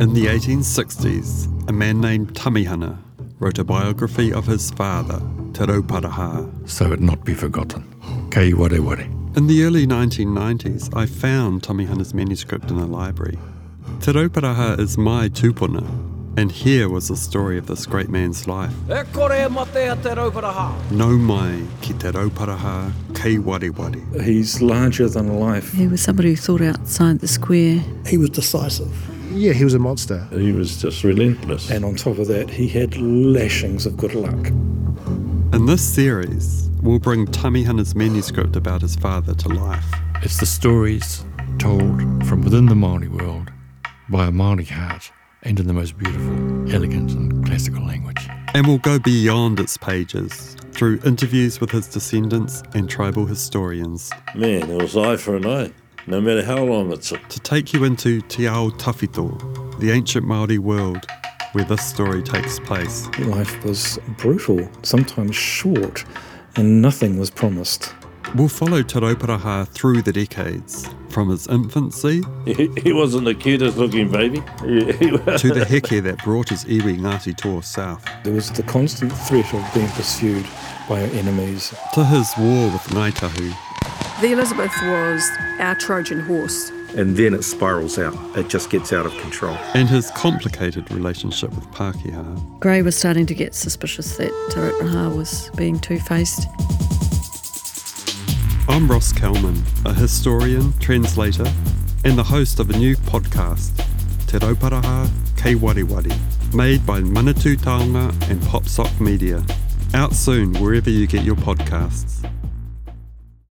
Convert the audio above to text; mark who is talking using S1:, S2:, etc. S1: In the 1860s, a man named Tamihana wrote a biography of his father, Te Rauparaha.
S2: so it not be forgotten. Kei ware ware.
S1: In the early 1990s, I found Tamihana's manuscript in a library. Te Rauparaha is my tūpuna, and here was the story of this great man's life.
S3: E kore e mate a te rauparaha.
S1: No mai ki te rauparaha kei wari wari.
S4: He's larger than life.
S5: He was somebody who thought outside the square.
S6: He was decisive.
S7: Yeah, he was a monster.
S8: He was just relentless.
S4: And on top of that, he had lashings of good luck.
S1: In this series, we'll bring Tamihana's manuscript about his father to life.
S2: It's the stories told from within the Māori world by a Māori heart and in the most beautiful, elegant and classical language.
S1: And we'll go beyond its pages through interviews with his descendants and tribal historians
S8: Man, it was eye for an eye, no matter how long it took.
S1: to take you into Te Ao Tawhito, the ancient Māori world where this story takes place.
S4: Life was brutal, sometimes short, and nothing was promised.
S1: We'll follow Te Rauparaha through the decades, from his infancy
S8: He, he wasn't the cutest looking baby. He, he was.
S1: to the heke that brought his iwi Ngāti Toa south,
S4: There was the constant threat of being pursued by our enemies.
S1: to his war with Ngaitahu,
S9: The Elizabeth was our Trojan horse.
S10: and then it spirals out. It just gets out of control.
S1: and his complicated relationship with Pākehā.
S5: Gray was starting to get suspicious that Te Rauparaha was being two faced.
S1: I'm Ross Kelman, a historian, translator, and the host of a new podcast, Te Rauparaha Kei Wariwari, made by Manatu Taonga and PopSoc Media. Out soon wherever you get your podcasts.